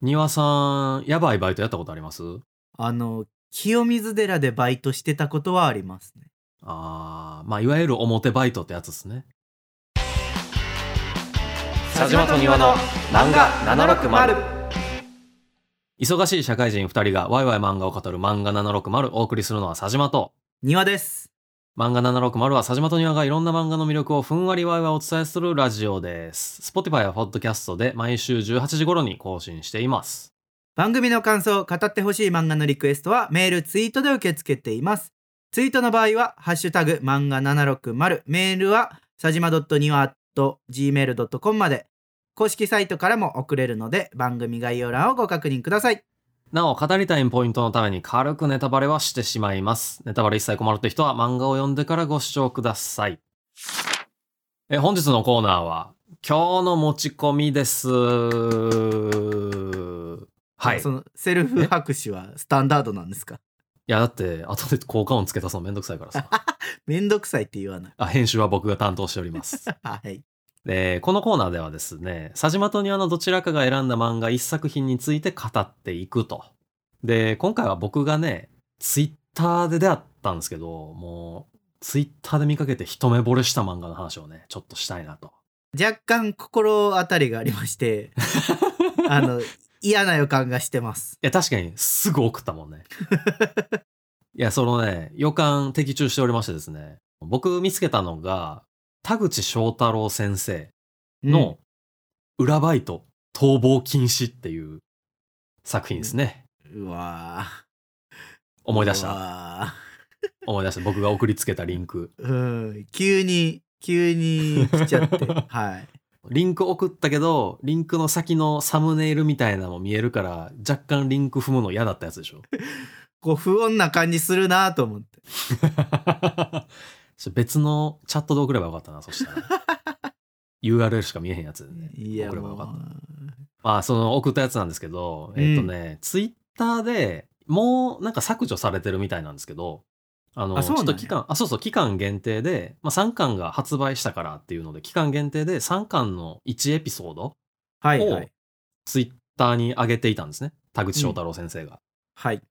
庭さん、やばいバイトやったことありますあの、清水寺でバイトしてたことはありますね。あー、まあ、いわゆる表バイトってやつですね。佐島と庭の漫画760忙しい社会人2人がワイワイ漫画を語る漫画760をお送りするのは佐島と。庭です。漫画760は佐島と庭がいろんな漫画の魅力をふんわりワイワイお伝えするラジオです。Spotify や Podcast で毎週18時頃に更新しています。番組の感想、語ってほしい漫画のリクエストはメール、ツイートで受け付けています。ツイートの場合は、ハッシュタグ、漫画760、メールは、さじま .niwa.gmail.com まで、公式サイトからも送れるので、番組概要欄をご確認ください。なお、語りたいポイントのために軽くネタバレはしてしまいます。ネタバレ一切困るって人は漫画を読んでからご視聴ください。え、本日のコーナーは、今日の持ち込みです。はい。いその、セルフ拍手はスタンダードなんですか や、だって、後で効果音つけたそのめんどくさいからさ。めんどくさいって言わない。 あ編集は僕が担当しております。はい。で、このコーナーではですね、佐島と庭のどちらかが選んだ漫画一作品について語っていくと。で、今回は僕がね、ツイッターで出会ったんですけど、もう、ツイッターで見かけて一目惚れした漫画の話をね、ちょっとしたいなと。若干心当たりがありまして、 あの、嫌な予感がしてます。いや、確かにすぐ送ったもんね。いや、そのね、予感的中しておりましてですね、僕見つけたのが、田口翔太郎先生の裏バイト逃亡禁止っていう作品ですね。うん、うわー思い出しうた。わ思い出した。僕が送りつけたリンク。ーうん、急に、急に来ち ゃって。はい。リンク送ったけど、リンクの先のサムネイルみたいなのも見えるから、若干リンク踏むの嫌だったやつで しょ。こう、不穏な感じするなと思って。ちょ別のチャットで送ればよかったな、そしたら。URL しか見えへんやつでね。いや、送ればよかもっうまあ、その送ったやつなんですけど、えっ、とね、ツイッターでもうなんか削除されてるみたいなんですけど、あの、あちそうょなっんやと期間、あ、そうそう、期間限定で、まあ、3巻が発売したからっていうので、期間限定で3巻の1エピソード、はいはい。ツイッターに上げていたんですね。田口翔太郎先生が。はい。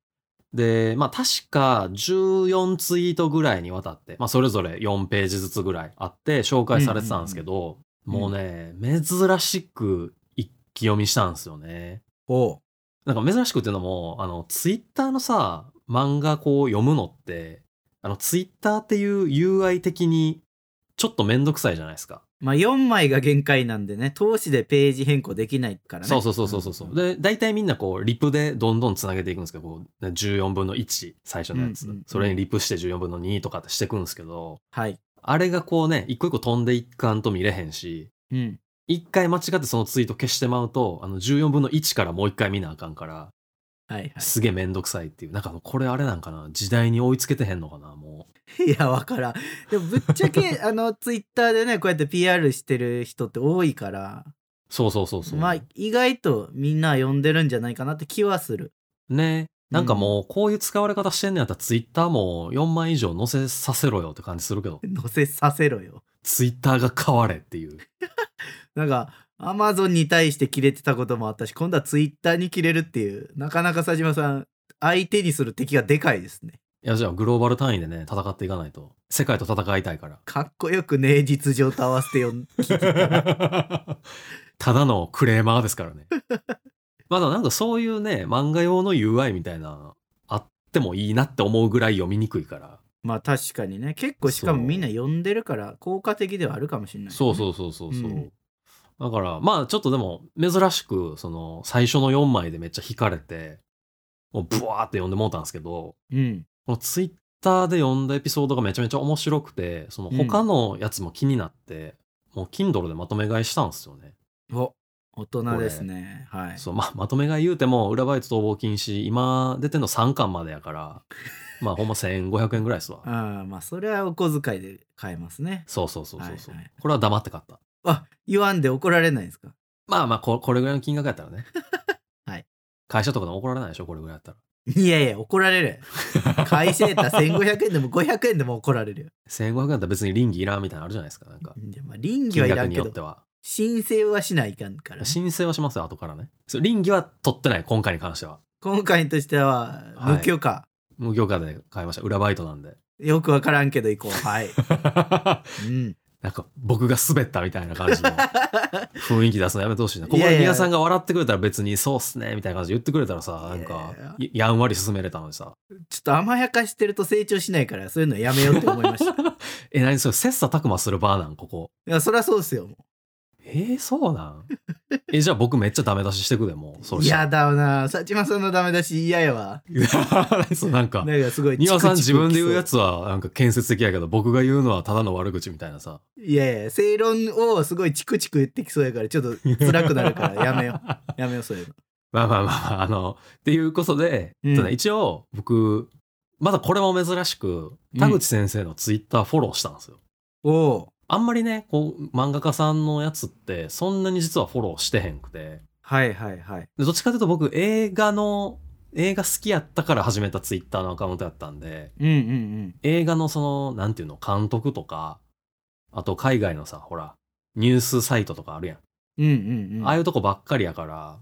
で、まあ確か14ツイートぐらいにわたって、まあそれぞれ4ページずつぐらいあって紹介されてたんですけど、うんうんうんもうね、珍しく一気読みしたんですよね。おう。なんか珍しくっていうのも、あの、ツイッターのさ、漫画こう読むのって、あの、ツイッターっていう UI 的にちょっとめんどくさいじゃないですか。まあ、4枚が限界なんでね、通しでページ変更できないからね。そうそうそうそうそうそう、んで大体みんなこうリプでどんどんつなげていくんですけどこうね14分の1最初のやつ、うんうんうんそれにリプして14分の2とかってしていくんですけどはい。あれがこうね一個一個飛んでいかんと見れへんしうん。一回間違ってそのツイート消してまうとあの14分の1からもう一回見なあかんからはいはすげえめんどくさいっていうなんかあのこれあれなんかな時代に追いつけてへんのかなもう い。いや、わからん。でも、ぶっち ゃけ、あの、ツイッターでね、こうやって PR してる人って多いから、そうそうそうそう、まあ、意外とみんな読んでるんじゃないかなって気はする。ねなんかもうこういう使われ方してんのやったらツイッターも4万以上載せさせろよって感じするけど載せさせろよ。ツイッターが変われっていうなんか、アマゾンに対して切れてたこともあったし、今度はツイッターに切れるっていう、なかなか佐島さん、相手にする敵がでかいですね。。いや、じゃあグローバル単位でね、戦っていかないと。世界と戦いたい からかっこよくね、実情と合わせて読 ん聞いてたらただのクレーマーですからね。まだなんかそういうね、漫画用の UI みたいな、あってもいいなって思うぐらい読みにくいから。まあ確かにね、結構しかもみんな読んでるから、効果的ではあるかもしれない、。そうそううそうそうそう。うんだから、まあちょっとでも、珍しく、その、最初の4枚でめっちゃ惹かれて、もうブワーって読んでもうたんですけど、うん。このツイッターで読んだエピソードがめちゃめちゃ面白くて、その他のやつも気になって、もう Kindle でまとめ買いしたんですよね。お、大人ですね。はい。そう、まあ、まとめ買い言うても、裏バイト逃亡禁止、今出てんの3巻までや から、まあほんま1500円ぐらいですわ。ああ、まあそれはお小遣いで買えますね。そうそうそうそうそう、はいはいこれは黙って買った。あ、言わんで怒られないですか まあまあこ、これぐらいの金額やったらね。はい。会社とかでも怒られないでしょ、これぐらいやったら。いやいや、怒られる。会社やったら1500円でも500円でも怒られるよ。 1500円だったら別に倫理いらんみたいなのあるじゃないですか、なんか。でまあ、倫理金はいら額んにけよっどて、は。申請はしないかんからね、申請はしますよ後からねそう臨機は取ってない今回に関しては今回としてははい無許可、無許可で買いました裏バイトなん でよくわからんけど行こうはい、うん、 なんか僕が滑ったみたいな感じの雰囲気出すのやめてほしいなここいやいでや皆さんが笑ってくれたら別にそうっすねみたいな感じで言ってくれたらさなんかいやややんわり進めれたのにさちょっと甘やかしてると成長しないからそういうのやめようって思いました いえ何それ切磋琢磨するバーなんここやそりゃそうですよもえー、そうなん えじゃあ僕めっちゃダメ出ししてくでもうそううしたら嫌だな佐島さんのダメ出し嫌やわ そうなんかなんかすごい丹羽さん自チクチク分で言うやきつはなんか建設的やけど僕が言うのはただの悪口みたいなさそういやいや正論をすごいチクチク言ってきそうやからちょっと辛くなるからやめよ うやめようそういうのまあまあまあまああのっていうことで、うんそうね一応僕まだこれも珍しく田口先生のツイッターフォローしたんですよ、おうあんまりねこう漫画家さんのやつってそんなに実はフォローしてへんくてはいはいはいでどっちかというと僕映画の映画好きやったから始めたツイッターのアカウントやったんでうんうんうん映画のそのなんていうの監督とかあと海外のさほらニュースサイトとかあるやんうんうんうんああいうとこばっかりやから、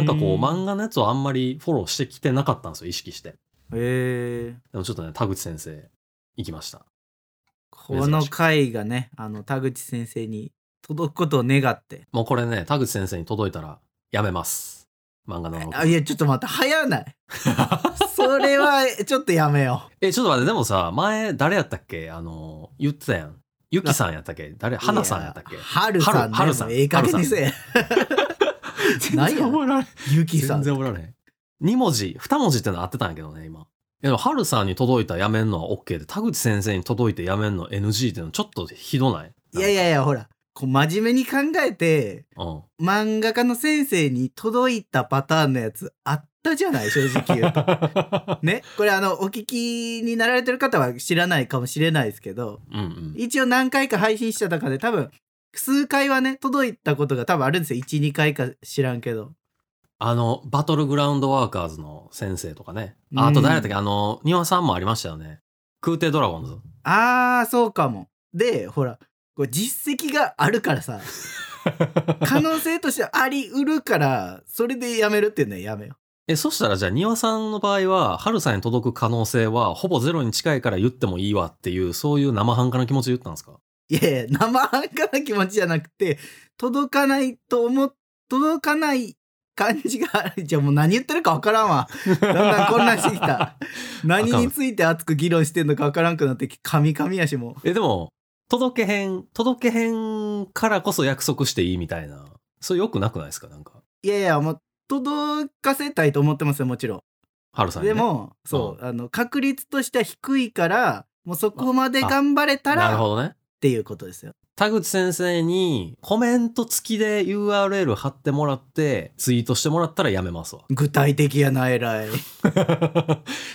なんかこう漫画のやつをあんまりフォローしてきてなかったんですよ、意識して。えーでもちょっとね、田口先生、行きました。この回がねあの田口先生に届くことを願ってもうこれね、田口先生に届いたら、やめます。漫画なの。あいやちょっと待って早ない それはちょっとやめよえ、ちょっと待って、でもさ、前、誰やったっけあの、言ってたやん。ゆきさんやったっけ誰う花さんやったっけい春さんね春さんもうええ加減にせえ何やえられへん。ゆきさ全ん然おられへん。2文字、2文字ってのは合ってたんやけどね、今。いやでも、春さんに届いたやめんのは OK で、田口先生に届いてやめんの NG ってのちょっとひどないいやいやいやほらこう真面目に考えてうん。漫画家の先生に届いたパターンのやつあったじゃない正直 言うとねこれあのお聞きになられてる方は知らないかもしれないですけどうんうん。一応何回か配信した中で多分数回はね届いたことが多分あるんですよ12回か知らんけどあの、バトルグラウンドワーカーズの先生とかね。うんああと誰だったっけ、あの、庭さんもありましたよね。空挺ドラ ゴンズ。あーそうかもでほらこう実績があるからさ可能性としてありうるからそれでやめるっていうのはやめよえ、そしたらじゃあ、庭さんの場合は、春さんに届く可能性は、ほぼゼロに近いから言ってもいいわっていう、そういう生半可な気持ちで言ったんですかういやいや生半可な気持ちじゃなくて届かないと思っ届かない感じがあるじゃあもう何言ってるか分から んわだんだん混乱してきた何について熱く議論してんのか分からんくなってきカミカミやしもうえ、でも、届けへん、届けへんからこそ約束していいみたいな。それ良くなくないですかなんか。いやいや、もう届かせたいと思ってますよ、もちろ春さん。んに、でね。、も、そう、あの確率としては低いから、もうそこまで頑張れたなるらっほどね。ていうことですよ。田口先生にコメント付きで URL 貼ってもらって、ツイートしてもらったらやめます わ。具体的やな、偉い。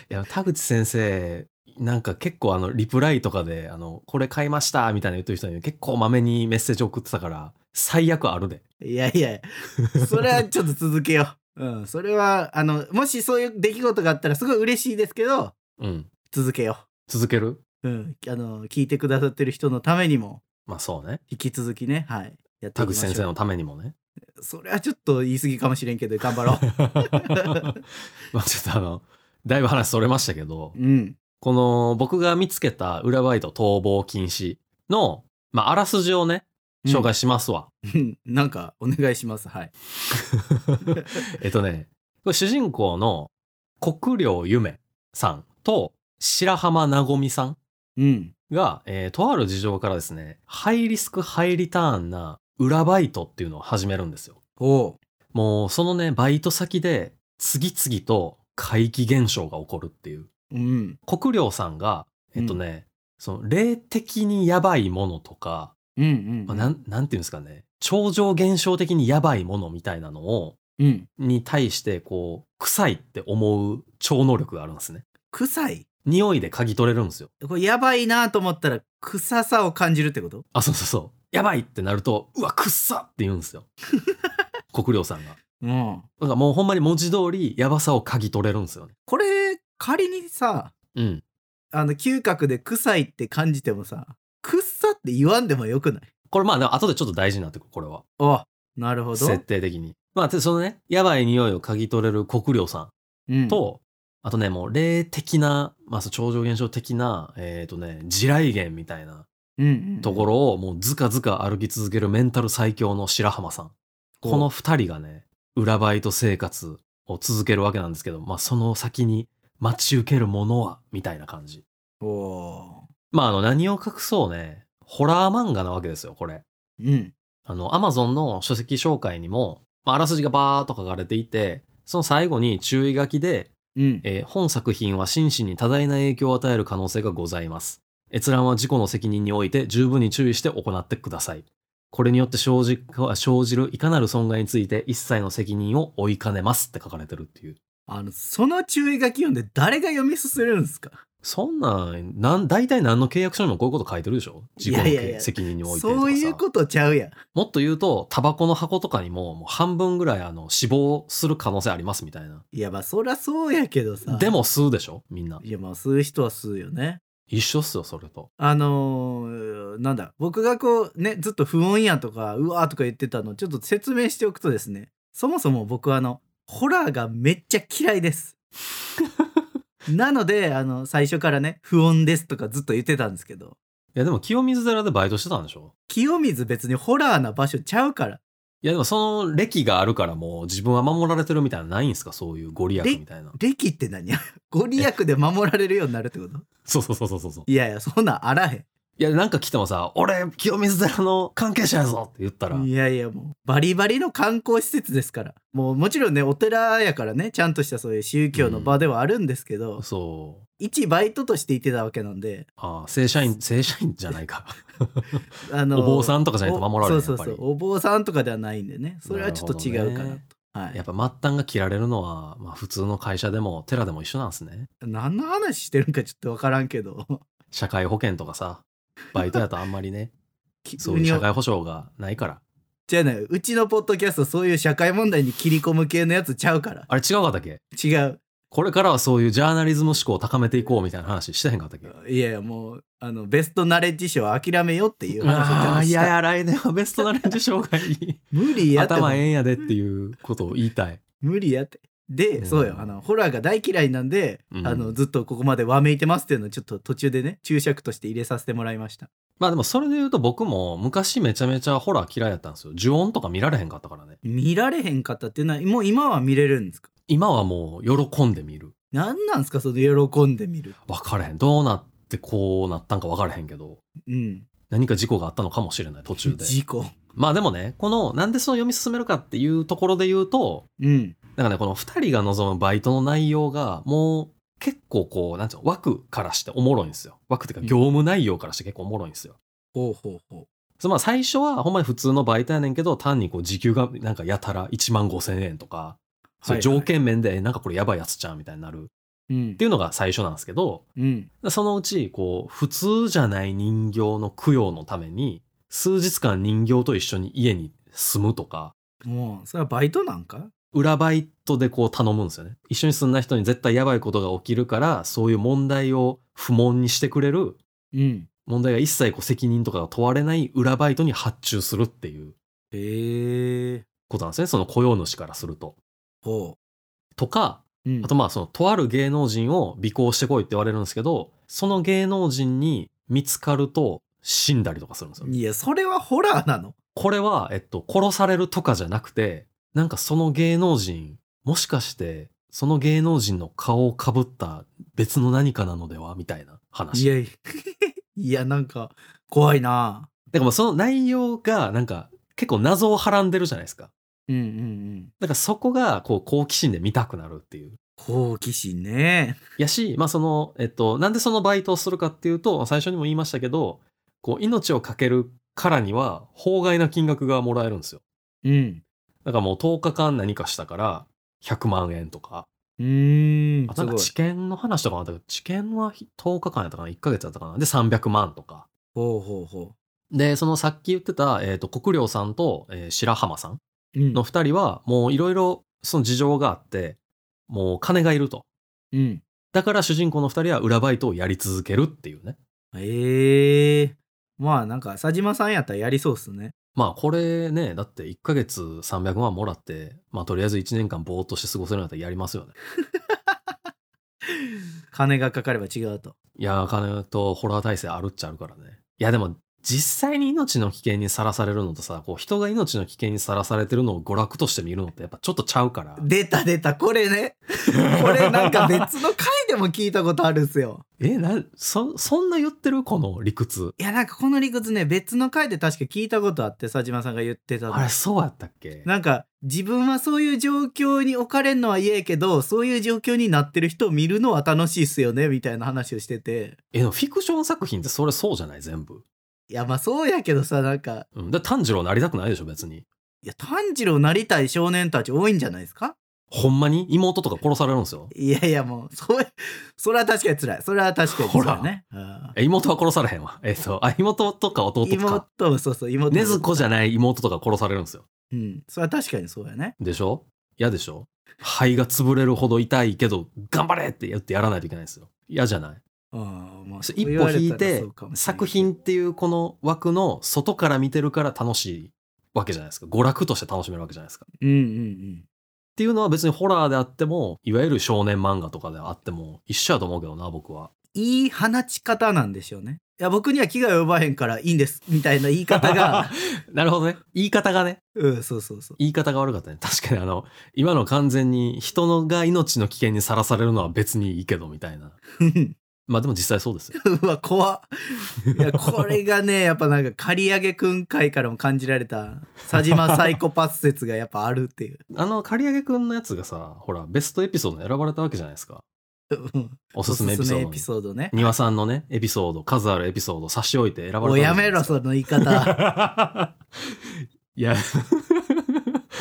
いや田口先生なんか結構あのリプライとかであの「これ買いました」みたいな言ってる人に結構まめにメッセージ送ってたから最悪あるでいやいや、それはちょっと続けよう。うん、それは、あの、もしそういう出来事があったらすごい嬉しいですけど、うん続けよ続けるう。うん、あの、聞いてくださってる人のためにも、まあそうね引き続きね、はい。や田っていきま口しょう先生のためにもねそれはちょっと言い過ぎかもしれんけど頑張ろまあちょっとあのだいぶ話それましたけど ううんこの僕が見つけた裏バイト逃亡禁止の、まあ、あらすじをね紹介します わ、うんなんかお願いしますはいえっとねこれ主人公の国領ゆめさんと白浜なごみさんうんが、えーとある事情からですね、ハイリスク、ハイリターンな裏バイトっていうのを始めるんですよ。おもう、そのね、バイト先で、次々と怪奇現象が起こるっていう。う。うん。国領さんが、えっとね、その、霊的にやばいものとか、うんうん。まあ、なん、なんていうんですかね、超常現象的にやばいものみたいなのを、うん。に対して、こう、臭いって思う超能力があるんですね。臭い匂いで嗅ぎ取れるんですよ。これやばいなと思ったら臭さを感じるってことあ、そうそうそう。やばいってなると、うわ、くっさって言うんですよ。国領さんが。うん。なんかもうほんまに文字通り、やばさを嗅ぎ取れるんですよね。これ仮にさ、うん。あの嗅覚で臭いって感じてもさ、臭って言わんでもよくないこれまあ、でも後でちょっと大事になってくる、これは。おなるほど。設定的に。まあ、でそのね、やばい匂いを嗅ぎ取れる国領さうんん、と、あとね、もう霊的な、まあ、その超常現象的な、えっ、とね、地雷原みたいなうんうんうんところをもうずかずか歩き続けるメンタル最強の白浜さん。おこの二人がね、裏バイト生活を続けるわけなんですけど、まあその先に待ち受けるものは、みたいな感じ。おまああの何を隠そうね、ホラー漫画なわけですよ、これ。ーうん。あの、アマゾンの書籍紹介にも、まあ、あらすじがバーっと書かれていて、その最後に注意書きで、うん。えー本作品は心身に多大な影響を与える可能性がございます。閲覧は事故の責任において十分に注意して行ってください。これによって生じ生じるいかなる損害について一切の責任を負いかねますって書かれてるっていう。あの、その注意書き読んで誰が読み進めるんですかそんなん、なん、大体何の契約書にもこういうこと書いてるでしょ事故のいやいやいや責任においてとかさそういうことちゃうやん。もっと言うと、タバコの箱とかにも、もう半分ぐらいあの死亡する可能性ありますみたいな。いや、まあ、そりゃそうやけどさ。で。も吸うでしょみんな。いや、まあ、吸う人は吸うよね。一緒っすよ、それと。あのーなんだ、僕がこう、ね、ずっと不穏やとか、うわーとか言ってたの、ちょっと説明しておくとですね、そもそも僕はあの、ホラーがめっちゃ嫌い です。なので、あの、最初からね、不穏ですとかずっと言ってたんですけど、いや、でも清水寺でバイトしてたんでしょ清水別にホラーな場所ちゃうから、いや、でもその歴があるからもう自分は守られてるみたいなのないんですかそういうご利益みたいな。歴って何 ご利益で守られるようになるってことそうそうそうそうそうそう。いやいや、そんなんあらへいや、なんか来てもさ、俺、清水寺の関係者やぞって言ったらん。、いやいや、もう、バリバリの観光施設ですから。もう、もちろんね、お寺やからね、ちゃんとしたそういう宗教の場ではあるんですけど、そう。一バイトとしていてたわけなんで、ああ、正社員、正社員じゃないか。 あのお坊さんとかじゃないと守られおるそうそうそう、お坊さんとかではないんでね、それはちょっと違なるうかなほどと。ねはいやっぱ末端が切られるのは、まあ普通の会社でも寺でも一緒なんですね。何の話してるんかちょっと分からんけど社会保険とかさ、バイトやとあんまり ね、急そういうに社会保障がないから。じゃあねうちのポッドキャストそういう社会問題に切り込む系のやつちゃうからあれ違うかったっけ違うこれからはそういうジャーナリズム思考を高めていこうみたいな話してへんかったっけいやいやもうあのベストナレッジ賞は諦めようっていう話をちゃんああ、といしたやいや、来年はベストナレンジ障害無理やって頭ええんやでっていうことを言いたい。無理やってで、うんそうよあのホラーが大嫌いなんで、うんあのずっとここまでわめいてますっていうのをちょっと途中でね注釈として入れさせてもらいましたまあでもそれで言うと僕も昔めちゃめちゃホラー嫌いやったんですよ。呪音とか見られへんかったからね。見られへんかったっていうのはもう今は見れるんですか今はもう喜んで見る。何なんですかその喜んで見る分からへん。どうなってこうなったんか分からへんけど、うん何か事故があったのかもしれない途中で。事故まあでもね、このなんでその読み進めるかっていうところで言うと、うんなんかね、この2人が望むバイトの内容が、もう結構こう、なんていうの、枠からしておもろいんですよ。枠っていうか、業務内容からして結構おもろいんですよ。ほうほうほそのまあ最初はほんまに普通のバイトやねんけど、単にこう時給がなんかやたら1万5千円とか、そういう条件面で、えなんかこれやばいやつちゃうみたいになるっううんていうのが最初なんですけど、うんそのうち、こう、普通じゃない人形の供養のために、数日間人形と一緒に家に住むとか、もうそれはバイトなんか裏バイトでこう頼むんですよね。一緒に住んだ人に絶対やばいことが起きるから、そういう問題を不問にしてくれる、うん問題が一切こう責任とかが問われない裏バイトに発注するっていうへえことなんですね。その雇用主からすると。ほとか、う、うんあとまあそのとある芸能人を尾行してこいって言われるんですけど、その芸能人に見つかると死んだりとかするんですよ。いやそれはホラーなのこれは、えっと、殺されるとかじゃなくて、なんかその芸能人、もしかして、その芸能人の顔をかぶった別の何かなのではみたいな話。いだやいや いやなんか怖いなからもうその内容が、なんか、結構謎をはらんでるじゃないですか。うんうんうんだからそこが、こう、好奇心で見たくなるっていう。好奇心ねやし、まあその、えっと、なんでそのバイトをするかっていうと、最初にも言いましたけど、こう、命を懸けるからには、法外な金額がもらえるんですよ。うんだからもう10日間何かしたから、100万円とか。うーんあすなんごかい治験の話とかもあったけど、治験は10日間やったかな ?1 ヶ月やったかなで、300万とか。ほうほうほで、そのさっき言ってた、えっ、と、国領さんと、えー白浜さんううんの2人は、もういろいろその事情があって、もう金がいると。うんだから主人公の2人は裏バイトをやり続けるっていうね。ええまあなんか佐島さんやったらやりそうっすねまあこれね、だって1ヶ月300万もらって、まあとりあえず1年間ぼーっとして過ごせるんだったらやりますよね。金がかかれば違うといやー、金とホラー体制あるっちゃあるからね。いやでも実際に命の危険にさらされるのとさ、こう人が命の危険にさらされてるのを娯楽として見るのってやっぱちょっとちゃうから。出た出たこれねこれなんか別の回でも聞いたことあるんすよえ、なん、そ、そんな言ってるこの理屈。いやなんかこの理屈ね別の回で確か聞いたことあって佐島さんが言ってたのあれ、そうやったっけなんか自分はそういう状況に置かれるのは嫌やけどそういう状況になってる人を見るのは楽しいっすよねみたいな話をしててえ、でもフィクション作品ってそれそうじゃない全部。いやまあそうやけどさなんかうん。だって炭治郎なりたくないでしょ、別に。いや炭治郎なりたい少年たち多いんじゃないですかほんまに妹とか殺されるんですよ。いやいやもう それそれは確かに辛いそれは確かに辛いね、うんえ、妹は殺されへんわ。えっ、と、あ、妹とか弟とか。妹もそうそう妹も禰豆子じゃない妹とか殺されるんですよ。うんそれは確かにそうやねでしょ嫌でしょ肺が潰れるほど痛いけど、頑張れって言ってやらないといけないんですよ。嫌じゃないうんまあ一歩引いてそう言われたらそうかもしれない作品っていうこの枠の外から見てるから楽しいわけじゃないですか娯楽として楽しめるわけじゃないですかっうんうんうんていうのは別にホラーであってもいわゆる少年漫画とかであっても一緒やと思うけどな僕はいい放ち方なんでしょうねいや僕には気が及ばへんからいいんですみたいな言い方が なるほどね言い方がねうんそうそうそう 言い方が悪かったね確かにあの今の完全に人のが命の危険にさらされるのは別にいいけどみたいなまあでも実際そうですよ うわ怖っいやこれがねやっぱなんか刈り上げくん会からも感じられた佐島サイコパス説がやっぱあるっていうあの刈り上げくんのやつがさほらベストエピソードに選ばれたわけじゃないですかうんおおすすめエピソードエにピソードね庭さんのねエピソード数あるエピソード差し置いて選ばれたもうやめろそその言い方いや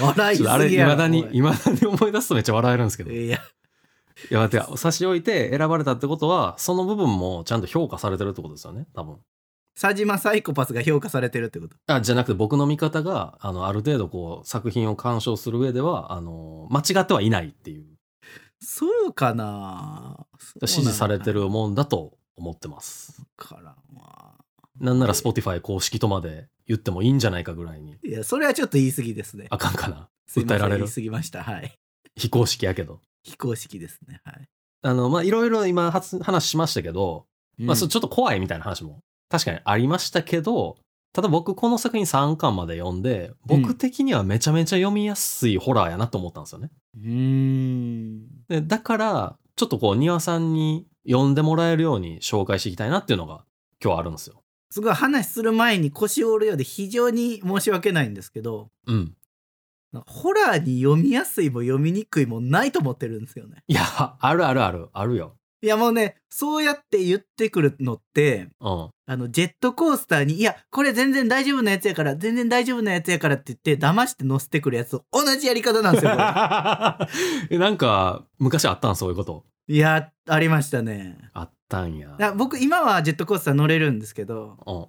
笑 いちすょっとあれぎいやろまだにおいいまだに思い出すとめっちゃ笑えるんですけどいいやや待って差し置いて選ばれたってことはその部分もちゃんと評価されてるってことですよね多分佐島サイコパスが評価されてるってことあじゃなくて僕の見方があのある程度こう作品を鑑賞する上ではあの間違ってはいないっていうそうかな支持されてるるもんだと思ってますからまあなんなら Spotify 公式とまで言ってもいいんじゃないかぐらいにいやそれはちょっと言い過ぎですねあかんかな すいませ訴んえられる言い過ぎましたはい非公式やけど非公式ですねはい、あのまあいろいろ今発話しましたけどまあ、そううちょっと怖いみたいな話も確かにありましたけどただ僕この作品3巻まで読んで僕的にはめちゃめちゃ読みやすいホラーやなと思ったんですよね。んでだからちょっとこう庭さんに読んでもらえるように紹介していきたいなっていうのが今日あるんですよ。すごい話する前に腰を折るようで非常に申し訳ないんですけどうん。なんかホラーに読みやすいも読みにくいもないと思ってるんですよねいやあるあるあるあるよ。いやもうねそうやって言ってくるのってうん。あのジェットコースターに「いやこれ全然大丈夫なやつやから全然大丈夫なやつやから」って言って騙して乗せてくるやつと同じやり方なんですよこ れえなんか昔あったんそういうこと。いやありましたねあったんや。いや僕今はジェットコースター乗れるんですけどうん。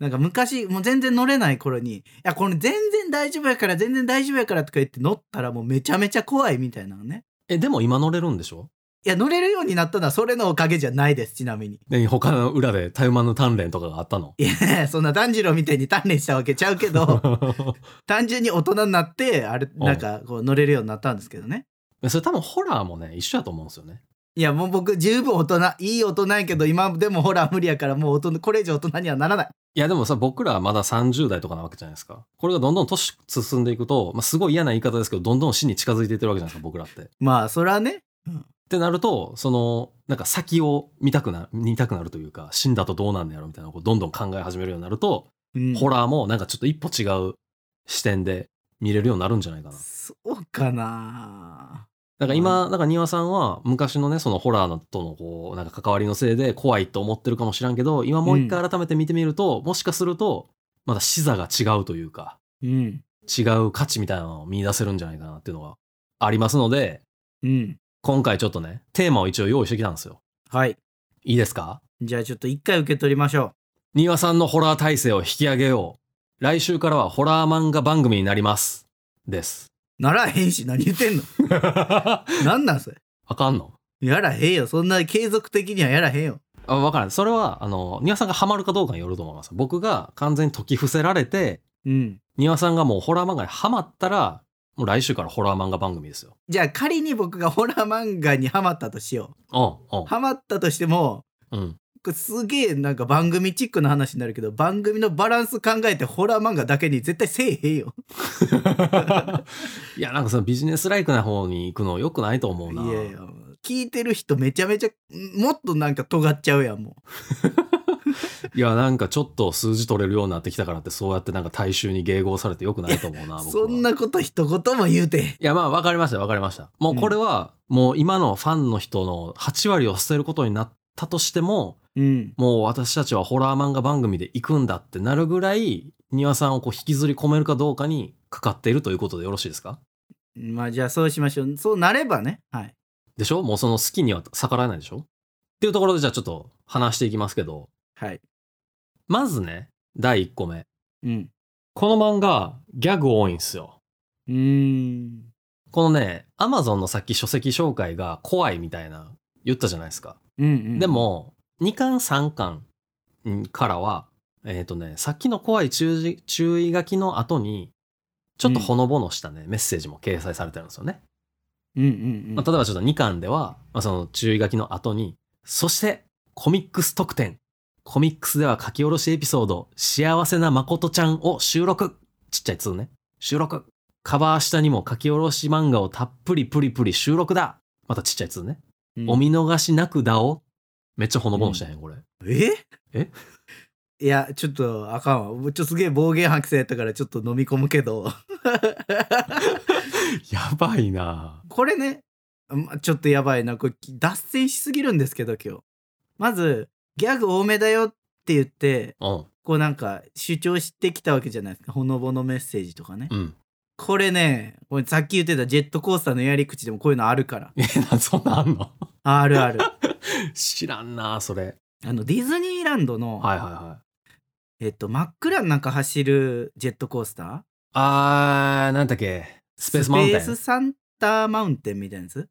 なんか昔もう全然乗れない頃に「いやこれ全然大丈夫やから全然大丈夫やから」とか言って乗ったらもうめちゃめちゃ怖いみたいなのねえでも今乗れるんでしょいや乗れるようになったのはそれのおかげじゃないですちなみに。で他の裏でタイマンの鍛錬とかがあったの いやそんな炭治郎みたいに鍛錬したわけちゃうけど単純に大人になってあれうんなんかこう乗れるようになったんですけどねそれ多分ホラーもね一緒やと思うんですよねいやもう僕十分大人いい大人やけど今でもほら無理やからもう大人これ以上大人にはならないいやでもさ僕らまだ30代とかなわけじゃないですかこれがどんどん年進んでいくと、まあ、すごい嫌な言い方ですけどどんどん死に近づいていってるわけじゃないですか僕らって。っまあそれはねてなるとそのなんか先を見たくな見たくなるというか死んだとどうなんのやろみたいなのをこうどんどん考え始めるようになると、うんホラーもなんかちょっと一歩違う視点で見れるようになるんじゃないかな。そうかなだから今、なんか庭さんは昔のね、そのホラーとのこう、なんか関わりのせいで怖いと思ってるかもしらんけど、今もう一回改めて見てみると、もしかすると、まだ視座が違うというか、うん違う価値みたいなのを見出せるんじゃないかなっていうのがありますので、うん今回ちょっとね、テーマを一応用意してきたんですよ。はいいいですかじゃあちょっと一回受け取りましょ庭さんのホラー体制を引き上げよう。来週からはホラー漫画番組になります。です。 うならへんし何言ってんのあなんなんそれかんのやらへんよそんな継続的にはやらへんよあ分からんそれはあの丹羽さんがハマるかどうかによると思います僕が完全に解き伏せられてうん。丹羽さんがもうホラー漫画にハマったらもう来週からホラー漫画番組ですよじゃあ仮に僕がホラー漫画にハマったとしようんう。ハマったとしても、うん うんこれすげえなんか番組チックな話になるけど、番組のバランス考えてホラー漫画だけに絶対せえへんよ。いやなんかそのビジネスライクな方に行くの良くないと思ういなやいや、聞いてる人めちゃめちゃ、もっとなんか尖っちゃうやん、もいやなんかちょっと数字取れるようになってきたからってそうやってなんか大衆に迎合されて良くないと思うなう。僕はそんなこと一言も言うてへん。いやまあ分かりました分かりましたもうこれはもう今のファンの人の8割を捨てることになったとしてもうん。もう私たちはホラー漫画番組で行くんだってなるぐらい庭さんをこう引きずり込めるかどうかにかかっているということでよろしいですかまあじゃあそうしましょう。そうなればね。はい。でしょもうその好きには逆らえないでしょっていうところでじゃあちょっと話していきますけどはい。まずね第1個目うん。この漫画ギャグ多いんすようーん。このねアマゾンのさっき書籍紹介が怖いみたいな言ったじゃないですかうん、うん。で、も2巻3巻うんからはえっ、とねさっきの怖い注意注意書きの後にちょっとほのぼのしたね、メッセージも掲載されてるんですよね。うんうん、うまあ、。ん例えばちょっと2巻では、まあ、その注意書きの後に「そしてコミックス特典コミックスでは書き下ろしエピソード「幸せな誠ちゃん」を収録ちっちゃい2ね収録カバー下にも書き下ろし漫画をたっぷりプリプリ収録だまたちっちゃい2ねお見逃しなくだお。めっちゃほのぼのしてへん、これ。ええいやちょっとあかんわちょっとすげえ暴言吐きそうやったからちょっと飲み込むけど やばいなこれねまちょっとやばいなこれ脱線しすぎるんですけど今日まずギャグ多めだよって言ってうん、こうなんか主張してきたわけじゃないですかほのぼのメッセージとかねうん。これねこれさっき言ってたジェットコースターのやり口でもこういうのあるから え、な、そんなんあんの あるある知らんなそれ。あのディズニーランドの、はいはいはい。えっと、真っ暗の中走るジェットコースターあー、なんだっけスペースマウンテン。スペーススサンタマウンテンみたいなやつ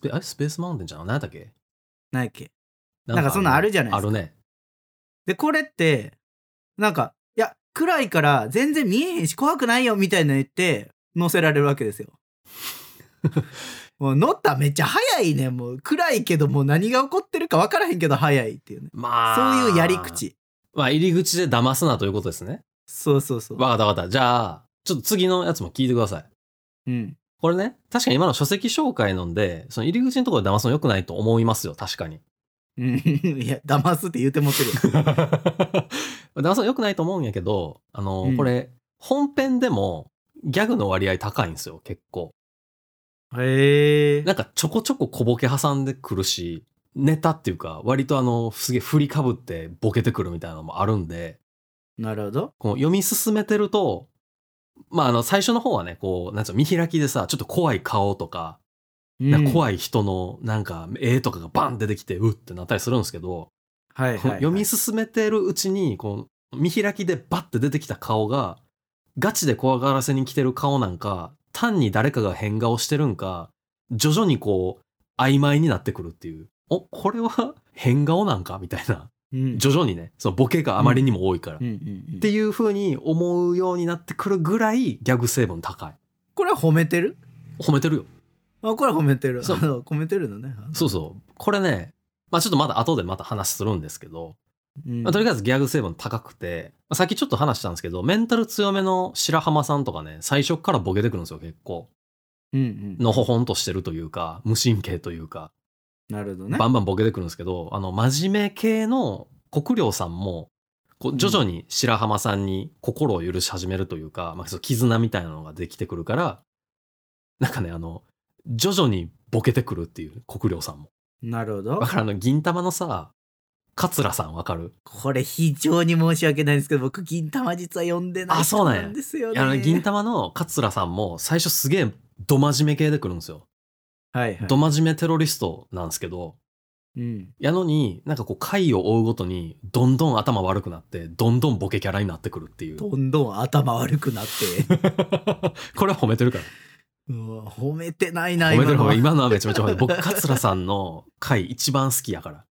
ペあれスペースマウンテンじゃん。なんだっけないっけるなんかそんなんあるじゃないであすかるね。でこれってなんかいや暗いから全然見えへんし怖くないよみたいなの言って乗せられるわ けですよもう乗ったらめっちゃ早いねもう暗いけどもう何が起こってるか分からへんけど早いっていうねまそうあ。いうやり。口まあ、入り口で騙すなということですね。そうそうそうわかったわかった。じゃあ、ちょっと次のやつも聞いてください。うんこれね、確かに今の書籍紹介なんで、その入り口のところで騙すの良くないと思いますよ、確かに。うん いや騙すって言うてもってるやん ダンさん良くないと思うんやけど、あの、うんこれ、本編でもギャグの割合高いんですよ、結構。 へえなんかちょこちょこ小ボケ挟んでくるし、ネタっていうか、割とあの、すげえ振りかぶってボケてくるみたいなのもあるんで、なるほどこう読み進めてると、まああの、最初の方はね、こう、なんつうの、見開きでさ、ちょっと怖い顔とか、なんかい、怖い人のなんか絵とかがバンって出てきて、うってなったりするんですけど、うんはいはいこうはい読み進めてるうちにこう見開きでバッて出てきた顔がガチで怖がらせに来てる顔なんか単に誰かが変顔してるんか徐々にこう曖昧になってくるっていうおこれは変顔なんかみたいなうん徐々にねそのボケがあまりにも多いから、うんっうんうんていう風に思うようになってくるぐらいギャグ成分高いこれは褒めてる褒めてるよあこれは褒めてるそうあ の褒めてるのねそうそうこれねまあちょっとまだ後でまた話するんですけどうんまあとりあえずギャグ成分高くて、まあさっきちょっと話したんですけど、メンタル強めの白浜さんとかね、最初っからボケてくるんですよ、結構。うんうん、のほほんとしてるというか、無神経というか、なるほどねバンバンボケてくるんですけど、あの、真面目系の国領さんも、こう徐々に白浜さんに心を許し始めるというか、まあ、そう絆みたいなのができてくるから、なんかね、あの、徐々にボケてくるっていう、国領さんも。なるほどだからあの、銀玉のさ、桂さんわかるこれ非常に申し訳ないんですけど僕銀玉実は読んでないあそうなんや人ですよいねやあの銀玉の桂さんも最初すげえど真面目系で来るんですよ。はいはいど真面目テロリストなんですけど、うんやのになんかこう回を追うごとにどんどん頭悪くなってどんどんボケキャラになってくるっていう。 どんどん頭悪くなってこれは褒めてるから。うわ褒めてないな褒めてるの方がは今のはめちゃめちゃ褒めてる。僕桂さんの回一番好きやから。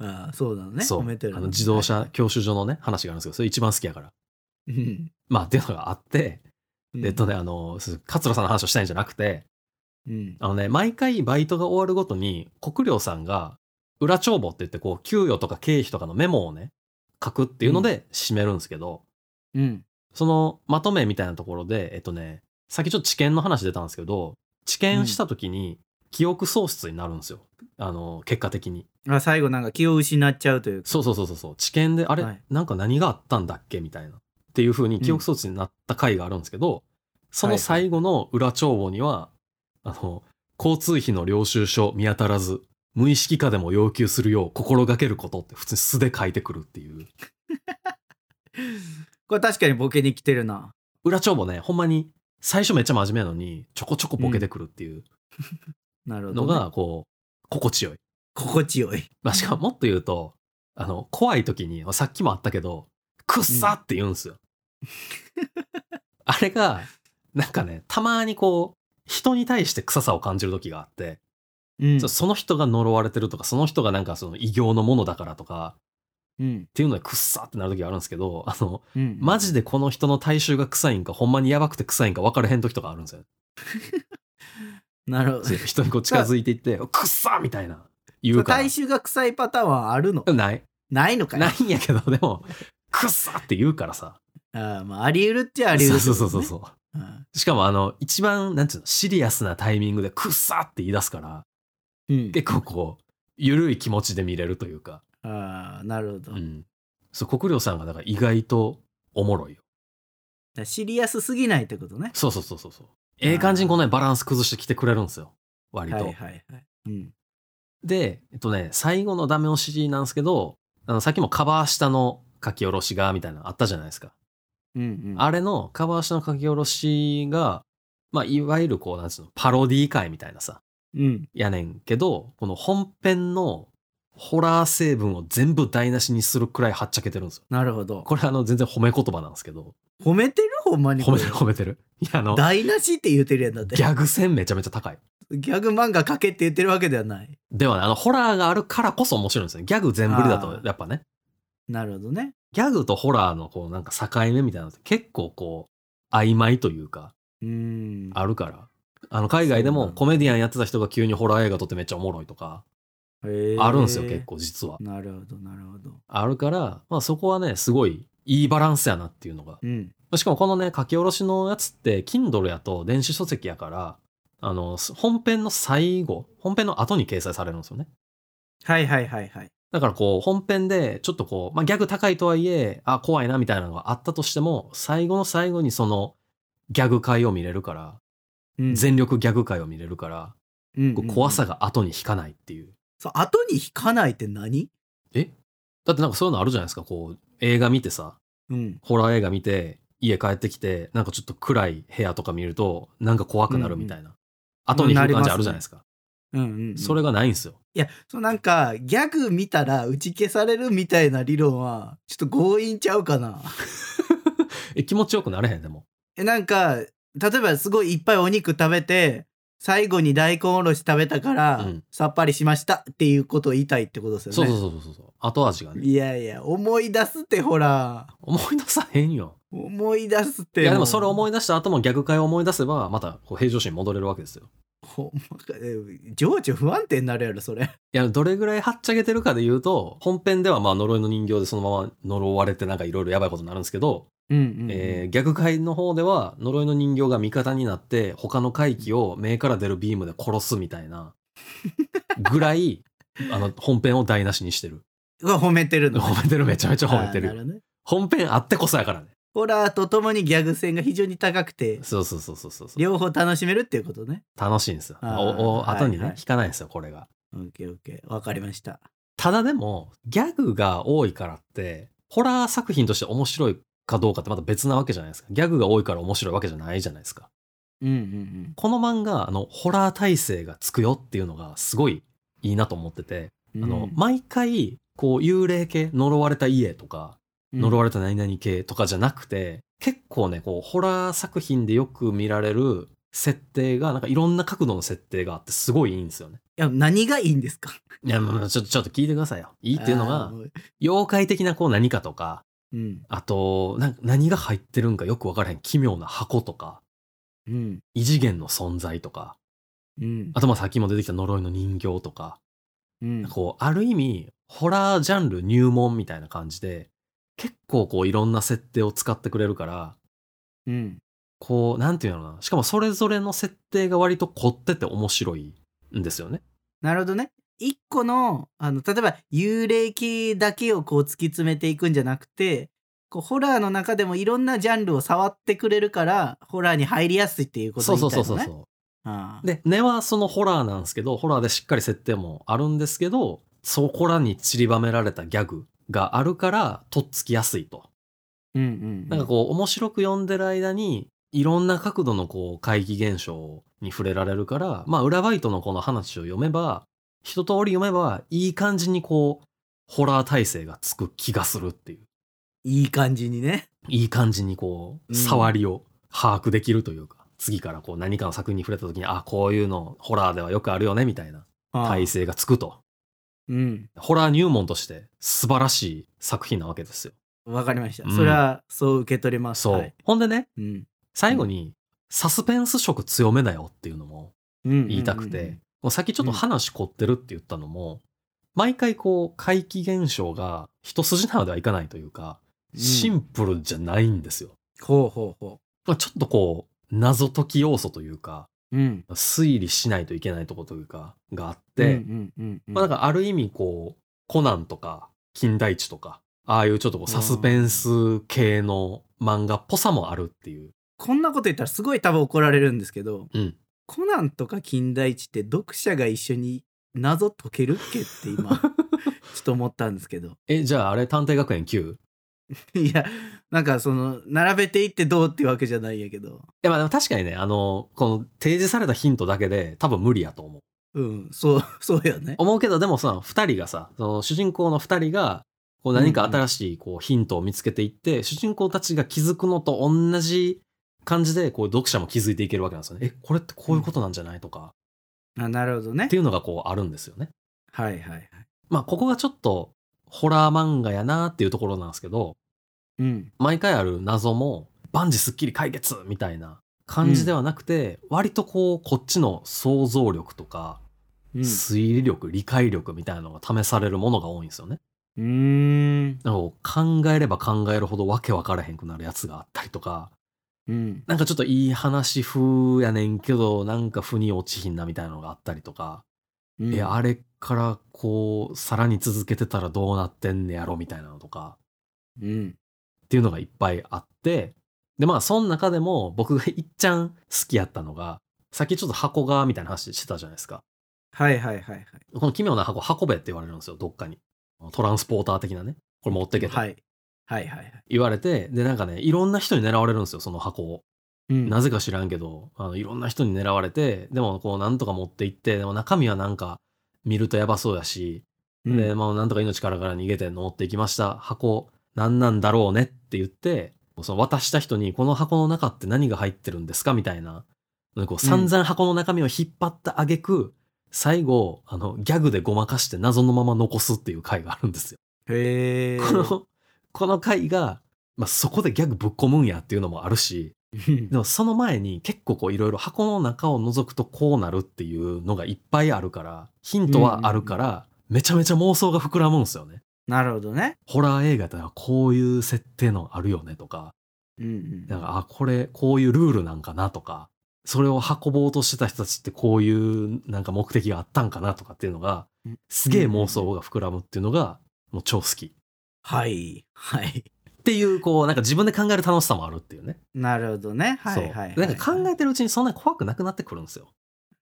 ああそうなのねそう褒めてるあの自動は車教習所のね話があるんですけどそれ一番好きやからいうんまあっていうのがあって、うんえっとねあのそう桂さんの話をしたいんじゃなくてうんあのね毎回バイトが終わるごとに国領さんが裏帳簿って言ってこう給与とか経費とかのメモをね書くっていうので締めるんですけど、うんそのまとめみたいなところで、えっとね、さっきちょっと知見の話出たんですけど、知見した時に記憶喪失になるんですよ。あの、結果的に。あ最後なんか気を失っちゃうというかそうそうそうそうそう。知見で、あれ、はいなんか何があったんだっけみたいな。っていう風に記憶装置になった回があるんですけど、その最後の裏帳簿には、あの、交通費の領収書見当たらず、無意識化でも要求するよう心がけることって普通に素で書いてくるっていう。これ確かにボケに来てるな裏帳簿ね、ほんまに最初めっちゃ真面目なのに、ちょこちょこボケてくるっていう。なるほどのね、がこう心地よい、心地よいまあ、しかももっと言うとあの怖い時にさっきもあったけど「くっさ!」って言うんですよ、あれがなんかねたまにこう人に対して臭さを感じる時があって、うんその人が呪われてるとかその人がなんかその異形のものだからとかうんっていうのでくっさってなる時があるんですけどあのうんマジでこの人の体臭が臭いんかほんまにやばくて臭いんか分からへん時とかあるんですよなるほどそう人にこう近づいていって「くっさ!」みたいな言うから体臭が臭いパターンはあるのないないのかいないんやけど、でも、くっさって言うからさ。あ,、まあ、あり得るっちゃあり得そうるそけどうね、そうそう。うんしかも、あの、一番、なんていうの、シリアスなタイミングでくっさって言い出すから、うん結構こう、ゆるい気持ちで見れるというか、ああなるほど、うだかん。そう、国領さんがだから意外とおもろいよ。らシリアスすぎないってことねそうそうそうそうそう。ええ感じにこのね、バランス崩してきてくれるんですよ。割と。はいはいはい、うん、で、えっとね、最後のダメ押しなんですけど、あの、さっきもカバー下の書き下ろしが、みたいなのあったじゃないですか。うんうんあれのカバー下の書き下ろしが、まあ、いわゆるこう、なんつうの、パロディー界みたいなさ、うんやねんけど、この本編のホラー成分を全部台無しにするくらいはっちゃけてるんですよ。なるほどこれあの、全然褒め言葉なんですけど、褒めてるほんまに褒こめれてる褒めてる。いや、あの、台無しって言ってるやんだってギャグ線めちゃめちゃ高い。ギャグ漫画描けって言ってるわけではないではね、あの、ホラーがあるからこそ面白いんですよね。ギャグ全振りだあとー、やっぱね、なるほどねギャグとホラーのこう、なんか境目みたいなのって結構こう、曖昧というか、うーんあるから。あの、海外でそうなもんだコメディアンやってた人が急にホラー映画撮ってめっちゃおもろいとか、あるんですよ、結構構実は。なるほどなるほどあるから、まあそこはね、すごいいいバランスやなっていうのが。うんしかもこのね、書き下ろしのやつって、Kindle やと電子書籍やから、あの、す本編の最後、本編の後に掲載されるんですよね。はいはいはいはいだからこう、本編でちょっとこう、まあギャグ高いとはいえ、あ、怖いなみたいなのがあったとしても、最後の最後にその、ギャグ回を見れるから、うん全力ギャグ回を見れるから、うんうんこううん怖さが後に引かないっていう。そう後に引かないって何えだってなんかそういうのあるじゃないですか、こう、映画見てさ、うんホラー映画見て、家帰ってきて、なんかちょっと暗い部屋とか見ると、なんか怖くなるみたいな。後に引く感じあるじゃないですか。うんうんうんそれがないんですよ。いやそうなんかギャグ見たら打ち消されるみたいな理論はちょっと強引ちゃうかなえ、気持ちよくなれへん、でも。えなんか例えばすごいいっぱいお肉食べて最後に大根おろし食べたから、うんさっぱりしましたっていうことを言いたいってことですよねそうそうそうそうそう。後味がね。いやいや思い出すってほら思い出さへんよ。思い出すっていや、でもそれ思いい出した後も逆回を思い出せば、またこう平常心に戻れるわけですよ。ほんまかえ情緒不安定になるやろそれ いや、どれぐらいはっちゃけてるかで言うと、本編ではまあ呪いの人形でそのまま呪われてなんかいろいろやばいことになるんですけど、うんうんうんえー逆回の方では呪いの人形が味方になって他の怪奇を目から出るビームで殺すみたい なぐらいあの本編を台無しにしてるうわ褒めてるの褒めてるめちゃめちゃ 褒めてあーなるほどね本編あってこそやからねホラーとともにギャグ線が非常に高くてそうそうそうそうそう両方楽しめるっていうことね楽しいんですよあーおお後にね、はいはい引かないんですよこれがオッケーオッケーわかりましたただでもギャグが多いからってホラー作品として面白いかどうかってまた別なわけじゃないですかギャグが多いから面白いわけじゃないじゃないですかうんうんこの漫画あのホラー体制がつくよっていうのがすごいいいなと思ってて、うんあの毎回こう幽霊系呪われた家とか、呪われた何々系とかじゃなくて結構ねこうホラー作品でよく見られる設定が、なんかいろんな角度の設定があって、すごいいいんですよね。や何がいいんですかいや、もうちょっと、ちょっと聞いてくださいよ。いいっていうのあがー、もう妖怪的なこう何かとか、うんあと、な何が入ってるんかよくわからへん奇妙な箱とか、うん異次元の存在とか、うんあとまあさっきも出てきた呪いの人形とか、うんこう、ある意味、ホラージャンル入門みたいな感じで、結構こういろんな設定を使ってくれるから、うんこう、なんていうのかな。しかもそれぞれの設定が割と凝ってて面白いんですよね。なるほどね一個のあの例えば幽霊系だけをこう突き詰めていくんじゃなくてこうホラーの中でもいろんなジャンルを触ってくれるからホラーに入りやすいっていうことそうみたそいうそなねうそうそあう。ーで、根はそのホラーなんですけど、ホラーでしっかり設定もあるんですけど、そこらに散りばめられたギャグがあるから、とっつきやすいと。うんうんなんかこう、面白く読んでる間に、いろんな角度のこう、怪奇現象に触れられるから、まあ、裏バイトのこの話を読めば、一通り読めば、いい感じにこう、ホラー体制がつく気がするっていう。いい感じにねいい感じにこう、うん触りを把握できるというか、次からこう何かの作品に触れた時に、あ、こういうの、ホラーではよくあるよね、みたいなあ体ー制がつくと。うんホラー入門として素晴らしい作品なわけですよ。わかりました。うんそれはそう受け取れます。そう。はいほんでね、うん。最後に、サスペンス色強めだよっていうのもうん言いたくて、もうさっきちょっと話凝ってるって言ったのも、毎回こう、怪奇現象が一筋縄ではいかないというか、うんシンプルじゃないんですよ。ほうほうほまあちょっとこう、謎解き要素というか、う。うん。推理しないといけないとこというか、があって、うんうんうんうん、まあなんかある意味こう、コナンとか、金田一とか、ああいうちょっとこううんサスペンス系の漫画っぽさもあるっていう。こんなこと言ったらすごい多分怒られるんですけど、うんコナンとか金田一って読者が一緒に謎解けるっけっ て今ちょっと思ったんですけどえ、じゃああれ探偵学園 9? いいやなんかその並べていってどうってわけじゃないんやけどやまあでも確かにね、あの、この提示されたヒントだけで多分無理やと思う。うんそうそうよね思うけどでもさ、二人がさ、その主人公の二人が、こう何か新しいこうヒントを見つけていって、主人公たちが気づくのと同じ感じで、こう読者も気づいていけるわけなんですよね。え、これってこういうことなんじゃないとか、あなるほどねっていうのがこうあるんですよね。はいはいはいまあ、ここがちょっとホラー漫画やなっていうところなんですけど、うん毎回ある謎も万事すっきり解決みたいな感じではなくて、割とこう、こっちの想像力とか、うん推理力、理解力みたいなのが試されるものが多いんですよね。うーんなんかこう考えれば考えるほどわけわからへんくなるやつがあったりとか、うんなんかちょっといい話風やねんけど、なんか腑に落ちひんなみたいなのがあったりとか、うんえ、あれからこう、さらに続けてたらどうなってんねやろみたいなのとか、うんっていうのがいっぱいあって、で、まあ、その中でも僕がいっちゃん好きやったのが、さっきちょっと箱がみたいな話してたじゃないですか。はいはいはいはいこの奇妙な箱、運べって言われるんですよ、どっかに。トランスポーター的なね。これ持ってけとはい。はいはいはい。言われて、で、なんかね、いろんな人に狙われるんですよ、その箱を。うんなぜか知らんけど、あのいろんな人に狙われて、でもこうなんとか持って行って、でも中身はなんか見るとやばそうやし、で、まあなんとか命からから逃げて持って行きました。箱、何なんだろうねって言って、その渡した人に、この箱の中って何が入ってるんですかみたいな。こう散々箱の中身を引っ張った挙句、最後、あの、ギャグでごまかして謎のまま残すっていう回があるんですよ。へえ。この、この回が、まあそこでギャグぶっ込むんやっていうのもあるし、でもその前に結構こういろいろ箱の中を覗くとこうなるっていうのがいっぱいあるから、ヒントはあるから、めちゃめちゃ妄想が膨らむんですよね。なるほどね。ホラー映画ってのはこういう設定のあるよねとか、うんうんなんか、あ、これ、こういうルールなんかなとか、それを運ぼうとしてた人たちってこういうなんか目的があったんかなとかっていうのがうん、すげえ妄想が膨らむっていうのが、もう超好き。はい。はい。っていう、こう、なんか自分で考える楽しさもあるっていうね。なるほどね。はいはいはい、そう。なんか考えてるうちにそんなに怖くなくなってくるんですよ。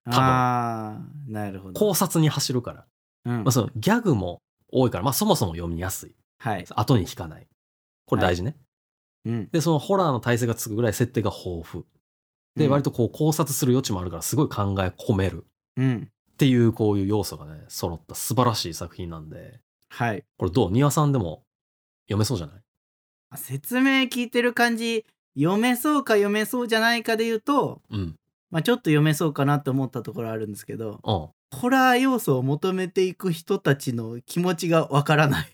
多分ああ、なるほど。考察に走るから。うんまあ、そのギャグも多いから、まあ、そもそも読みやすい。はい。後に引かない。これ大事ね。うん。で、そのホラーの体勢がつくぐらい設定が豊富。で、うん割とこう考察する余地もあるから、すごい考え込めるうん。っていうこういう要素がね、揃った素晴らしい作品なんで、はい。これどう庭さんでも読めそうじゃない説明聞いてる感じ、読めそうか読めそうじゃないかで言うと、うん。まあ、ちょっと読めそうかなと思ったところあるんですけどうん。ホラー要素を求めていく人たちの気持ちがわからない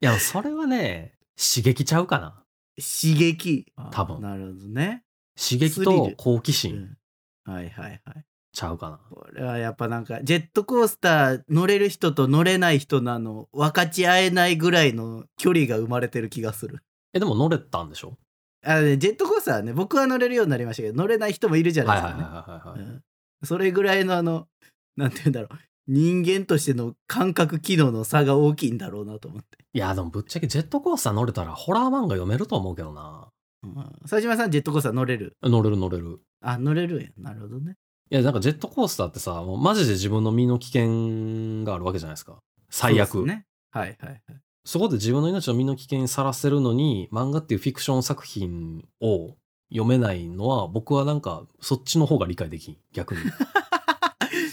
いや、それはね、刺激ちゃうかな。刺激多分なるほどね、刺激スリとル好奇う心ん、はいはいはいちゃうかな。これはやっぱなんかジェットコースター乗れる人と乗れない人なの分かち合えないぐらいの距離が生まれてる気がするえ、でも乗れたんでしょあのねジェットコースターはね僕は乗れるようになりましたけど乗れない人もいるじゃないはいではいすはか、いねはいはい。うんそれぐらいのあのなんて言うんだろう人間としての感覚機能の差が大きいんだろうなと思って、いや、でもぶっちゃけジェットコースター乗れたらホラー漫画読めると思うけどな。うん、佐島さんジェットコースター乗れる乗れる乗れる。あ乗れるんやなるほどねいや、なんかジェットコースターってさ、もうマジで自分の身の危険があるわけじゃないですか。最悪。そそうですねはいはいはいこで自分の命の身の危険にさらせるのに、漫画っていうフィクション作品を読めないのは、僕はなんかそっちの方が理解できん。 逆に。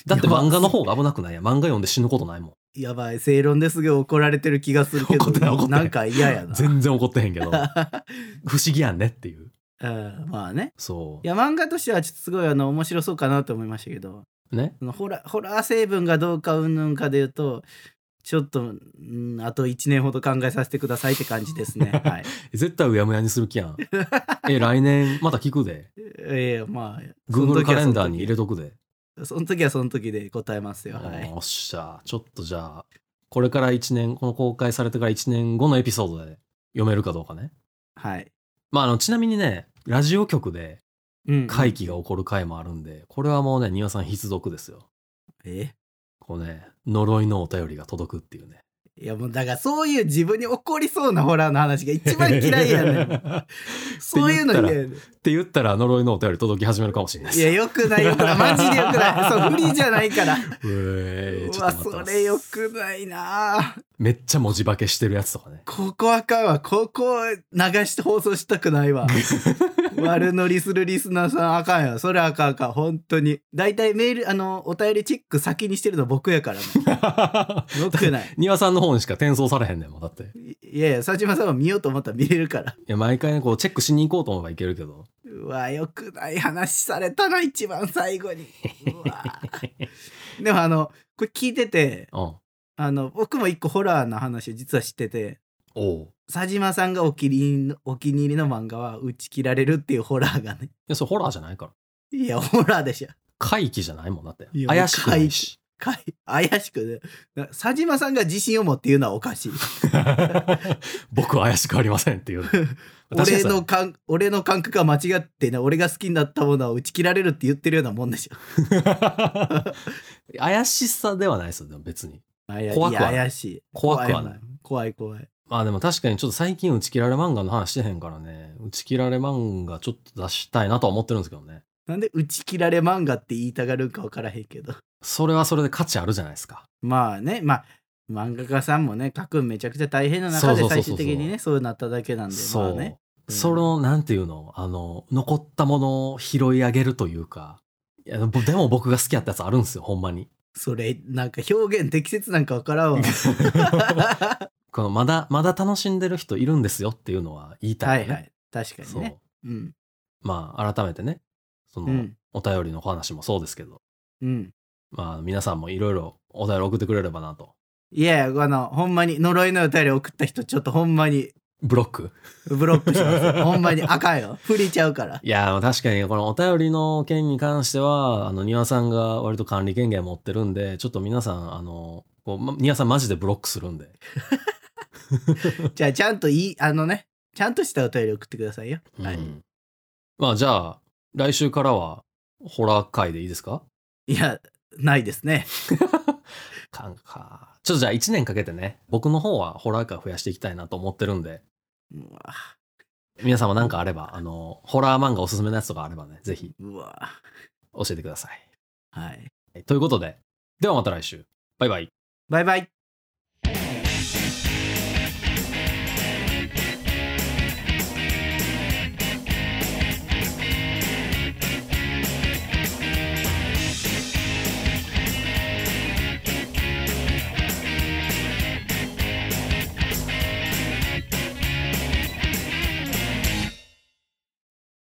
だって漫画の方が危なくないやん。漫画読んで死ぬことないもやばい正論ですげえ怒られてる気がするけど怒ってない怒ってないんか嫌やん。な全然怒ってへんけど。不思議やんねっていう。 うんまあねそいや漫画としてはちょっとすごいあの面白そうかなと思いましたけどう。ね。そのホラホラー成分がどうかうんぬんかで言うとちょっとうんあと1年ほど考えさせてくださいって感じですね はい絶対うやむやにする気やん。え、来年また聞くで。ええまあ Google カレンダーに入入れとくで。れその時はその時で答えますよはいおっしゃ。ちょっとじゃあ、これから1年、この公開されてから1年後のエピソードで読めるかどうかね。はい、まあ、あの、ちなみにね、ラジオ局でうん会議が起こる回もあるんで、これはもうね、庭さん必読ですよ。えこうね、呪いのお便りが届くっていうね。いやもうだからそういう自分に起こりそうなホラーの話が一番嫌いやねん っそういうの嫌やねんて言ったら呪いのお便り届き始めるかもしれないいです。やよくないよくないマジでよくないそう不利じゃないからう えーうちょわっと待ってそますれよくないなめっちゃ文字化けしてるやつとかね。 ここあかんわここ流して放送したくないわ悪乗りするリスナーさんあかんよそれあかんあかん本当に大体メールあのお便りチェック先にしてるの僕やからねよくない庭さんの方にしか転送されへんねんもんだっていいいやいや佐島さんは見ようと思ったら見れるからや毎回ねこうチェックしに行こうと思えばいけるけどうわよくない話されたな一番最後にうわでもあのこれ聞いててうんおあの僕も一個ホラーの話を実は知ってておうい佐島さんがお気に入りのお気に入りの漫画は打ち切られるっていうホラーがねやそれホラーじゃないからいやホラーでしょ怪奇じゃないもんだっていや怪しくないしかい怪しくねな佐島さんが自信を持って言うのはおかしい 僕は怪しくありませんって いう私俺の感俺の感覚が間違ってね俺が好きになったものは打ち切られるって言ってるようなもんでしょ 怪しさではないですよでも別にいや怖くはないいや怪しい怖くはないい怖い怖いまあでも確かにちょっと最近打ち切られ漫画の話してへんからね打ち切られ漫画ちょっと出したいなとは思ってるんですけどねなんで打ち切られ漫画って言いたがるんか分からへんけどそれはそれで価値あるじゃないですかまあねまあ漫画家さんもね書くんめちゃくちゃ大変な中そでうそうそう最そう終的にねそうなっただけなんでまあそう、ねうんそのなんていうのあの残ったものを拾い上げるというかいやぼでも僕が好きやったやつあるんですよほんまにそれなんか表現適切なんか分 からんわはこのまだまだ楽しんでる人いるんですよっていうのは言いたい、いはい確かにそうねうんまあ改めてねその、うんお便りのお話もそうですけどうんまあ皆さんもいろいろお便り送ってくれればなといやいや、あの、ほんまに呪いのお便り送った人、ちょっとほんまにブロックブロック します。ほんまにあかんよ。振りちゃうから。いやー確かにこのお便りの件に関してはあの庭さんが割と管理権限持ってるんでちょっと皆さんあのこうま庭さんマジでブロックするんでじゃあ、ちゃんといい、あのね、ちゃんとしたお便り送ってくださいよ。はい。うんまあじゃあ来週からはホラー会でいいですかいや、ないですね。かんかちょっとじゃあ1年かけてね僕の方はホラー会増やしていきたいなと思ってるんでうわ、皆さんも何かあればあのホラー漫画おすすめのやつとかあればねぜひうわ。教えてくださいはい。はいということでではまた来週バイバイバイバイ。